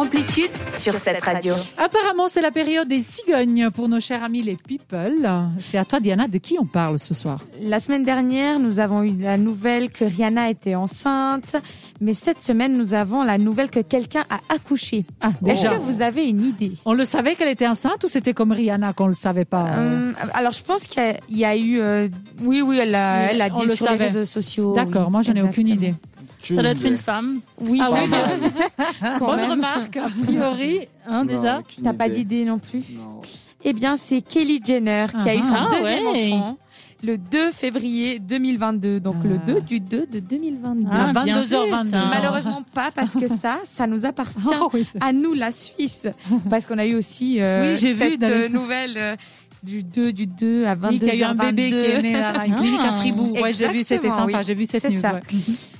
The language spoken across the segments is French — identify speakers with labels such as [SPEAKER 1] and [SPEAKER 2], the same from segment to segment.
[SPEAKER 1] Amplitude sur cette radio.
[SPEAKER 2] Apparemment, c'est la période des cigognes pour nos chers amis les people. C'est à toi, Diana, de qui on parle ce soir
[SPEAKER 3] La semaine dernière, nous avons eu la nouvelle que Rihanna était enceinte, mais cette semaine, nous avons la nouvelle que quelqu'un a accouché.
[SPEAKER 2] Ah,
[SPEAKER 3] Est-ce
[SPEAKER 2] déjà.
[SPEAKER 3] que vous avez une idée
[SPEAKER 2] On le savait qu'elle était enceinte ou c'était comme Rihanna qu'on le savait pas euh
[SPEAKER 3] Hum, Alors, je pense qu'il y a- il y, a eu. euh, oui, oui, elle a, elle a
[SPEAKER 2] On
[SPEAKER 3] dit
[SPEAKER 2] le
[SPEAKER 3] sur
[SPEAKER 2] savait.
[SPEAKER 3] les réseaux sociaux.
[SPEAKER 2] euh D'accord,
[SPEAKER 3] oui.
[SPEAKER 2] moi je n'ai aucune
[SPEAKER 3] Exactement.
[SPEAKER 2] idée.
[SPEAKER 4] Ça doit être une femme.
[SPEAKER 3] Oui,
[SPEAKER 4] Ah oui,
[SPEAKER 3] bah, quand
[SPEAKER 4] bonne
[SPEAKER 3] même.
[SPEAKER 4] remarque, a priori, hein, déjà.
[SPEAKER 3] T'as pas d'idée non plus
[SPEAKER 5] Non.
[SPEAKER 3] Eh bien, c'est Kelly Jenner qui a eu son
[SPEAKER 4] Ah,
[SPEAKER 3] deuxième
[SPEAKER 4] ouais.
[SPEAKER 3] enfant le 2 février 2022. Donc, le
[SPEAKER 2] Ah.
[SPEAKER 3] 2 du 2 de 2022.
[SPEAKER 4] Ah,
[SPEAKER 2] À
[SPEAKER 4] bien
[SPEAKER 2] 22h22.
[SPEAKER 4] fait, ça.
[SPEAKER 3] Malheureusement pas, parce que ça, ça nous appartient
[SPEAKER 2] Oh, oui, c'est-
[SPEAKER 3] à nous, la Suisse. Parce qu'on a eu aussi euh,
[SPEAKER 2] Oui, j'ai vu
[SPEAKER 3] cette
[SPEAKER 2] dans les-
[SPEAKER 3] euh, nouvelle euh, du 2 du 2 à 22
[SPEAKER 2] Oui, qu'il y a eu un bébé qui est né là, à une clinique à
[SPEAKER 4] Ah.
[SPEAKER 2] Fribourg. Ouais, j'ai vu, c'était
[SPEAKER 3] Exactement,
[SPEAKER 2] sympa.
[SPEAKER 3] oui.
[SPEAKER 2] J'ai vu cette
[SPEAKER 3] C'est
[SPEAKER 2] news.
[SPEAKER 3] ça.
[SPEAKER 2] ouais.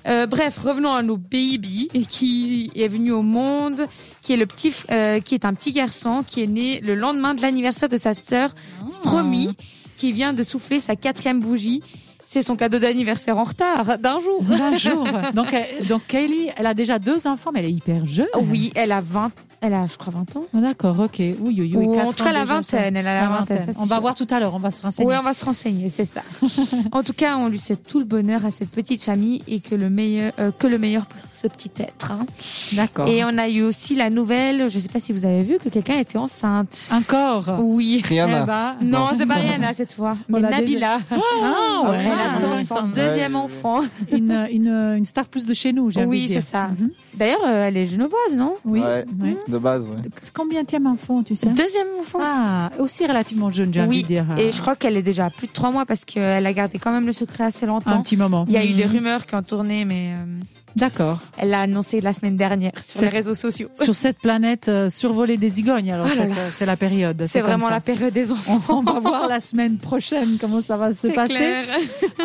[SPEAKER 3] Euh, bref, revenons à nos baby qui est venu au monde, qui est le petit, f- euh, qui est un petit garçon qui est né le lendemain de l'anniversaire de sa sœur
[SPEAKER 2] Ah.
[SPEAKER 3] Stromy, qui vient de souffler sa quatrième bougie. C'est son cadeau d'anniversaire en retard d'un jour.
[SPEAKER 2] Bonjour. Donc, euh, donc Kaylee, elle a déjà deux enfants, mais elle est hyper jeune.
[SPEAKER 3] Ah Oui, elle a 20, elle a, je crois, 20 ans.
[SPEAKER 2] Ah, D'accord, ok. Oui, oui, oui,
[SPEAKER 3] Ou
[SPEAKER 2] quatre
[SPEAKER 3] en tout cas,
[SPEAKER 2] ans
[SPEAKER 3] la
[SPEAKER 2] déjà, ça.
[SPEAKER 3] vingtaine. Elle a la,
[SPEAKER 2] La
[SPEAKER 3] vingtaine.
[SPEAKER 2] vingtaine.
[SPEAKER 3] ça,
[SPEAKER 2] On
[SPEAKER 3] c'est
[SPEAKER 2] va
[SPEAKER 3] sûr.
[SPEAKER 2] voir tout à l'heure, on va se renseigner.
[SPEAKER 3] Oui, on va se renseigner, c'est ça. en tout cas, on lui souhaite tout le bonheur à cette petite famille et que le meilleur, euh, que le meilleur pour ce petit être. hein.
[SPEAKER 2] D'accord.
[SPEAKER 3] Et on a eu aussi la nouvelle, je ne sais pas si vous avez vu, que quelqu'un était enceinte.
[SPEAKER 2] Encore.
[SPEAKER 3] Oui.
[SPEAKER 4] Eh
[SPEAKER 5] Rihanna.
[SPEAKER 4] ben,
[SPEAKER 3] Non, c'est pas Rihanna cette fois, mais
[SPEAKER 2] On l'a
[SPEAKER 3] Nabila.
[SPEAKER 4] Ah, ouais.
[SPEAKER 3] Elle attend
[SPEAKER 4] Ouais.
[SPEAKER 3] son deuxième
[SPEAKER 5] Ouais,
[SPEAKER 3] enfant.
[SPEAKER 2] Une, une, une star plus de chez nous, j'ai envie de
[SPEAKER 3] Oui,
[SPEAKER 2] dire.
[SPEAKER 3] c'est ça. Mmh.
[SPEAKER 2] Mhm.
[SPEAKER 3] D'ailleurs, euh, elle est genevoise, non
[SPEAKER 2] Oui.
[SPEAKER 5] Ouais.
[SPEAKER 2] ouais.
[SPEAKER 5] De base, ouais.
[SPEAKER 2] Combien tiens enfant, tu sais
[SPEAKER 3] Deuxième enfant.
[SPEAKER 2] Ah, aussi relativement jeune, j'ai envie
[SPEAKER 3] oui.
[SPEAKER 2] de dire. euh,
[SPEAKER 3] Et je crois qu'elle est déjà à plus de trois mois parce qu'elle a gardé quand même le secret assez
[SPEAKER 2] un
[SPEAKER 3] longtemps.
[SPEAKER 2] petit moment.
[SPEAKER 3] Il y a eu
[SPEAKER 2] Mhm.
[SPEAKER 3] des rumeurs qui ont tourné, mais euh,
[SPEAKER 2] D'accord.
[SPEAKER 3] elle l'a annoncé la semaine dernière sur
[SPEAKER 2] C'est-
[SPEAKER 3] les réseaux sociaux.
[SPEAKER 2] Sur cette planète euh, survolée des cigognes, alors
[SPEAKER 3] Oh là
[SPEAKER 2] cette-
[SPEAKER 3] là.
[SPEAKER 2] euh, c'est la période.
[SPEAKER 3] C'est
[SPEAKER 2] comme
[SPEAKER 3] vraiment
[SPEAKER 2] ça.
[SPEAKER 3] la période des enfants.
[SPEAKER 2] On on va voir la semaine prochaine comment ça va se passer.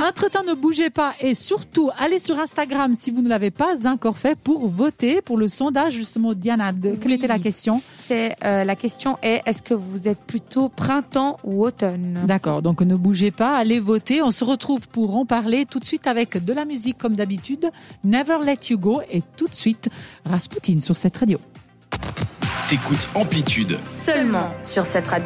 [SPEAKER 2] Entre-temps, ne bougez pas et surtout, allez sur Instagram si vous ne l'avez pas encore fait pour voter pour le sondage justement Diana. de- Quelle
[SPEAKER 3] Oui.
[SPEAKER 2] était la question
[SPEAKER 3] C'est euh, la question est est-ce que vous êtes plutôt printemps ou automne
[SPEAKER 2] D'accord, donc ne bougez pas, allez voter. On se retrouve pour en parler tout de suite avec de la musique comme d'habitude. Never Let You Go et tout de suite Rasputin sur cette radio.
[SPEAKER 6] T'écoutes Amplitude.
[SPEAKER 1] Seulement sur cette radio.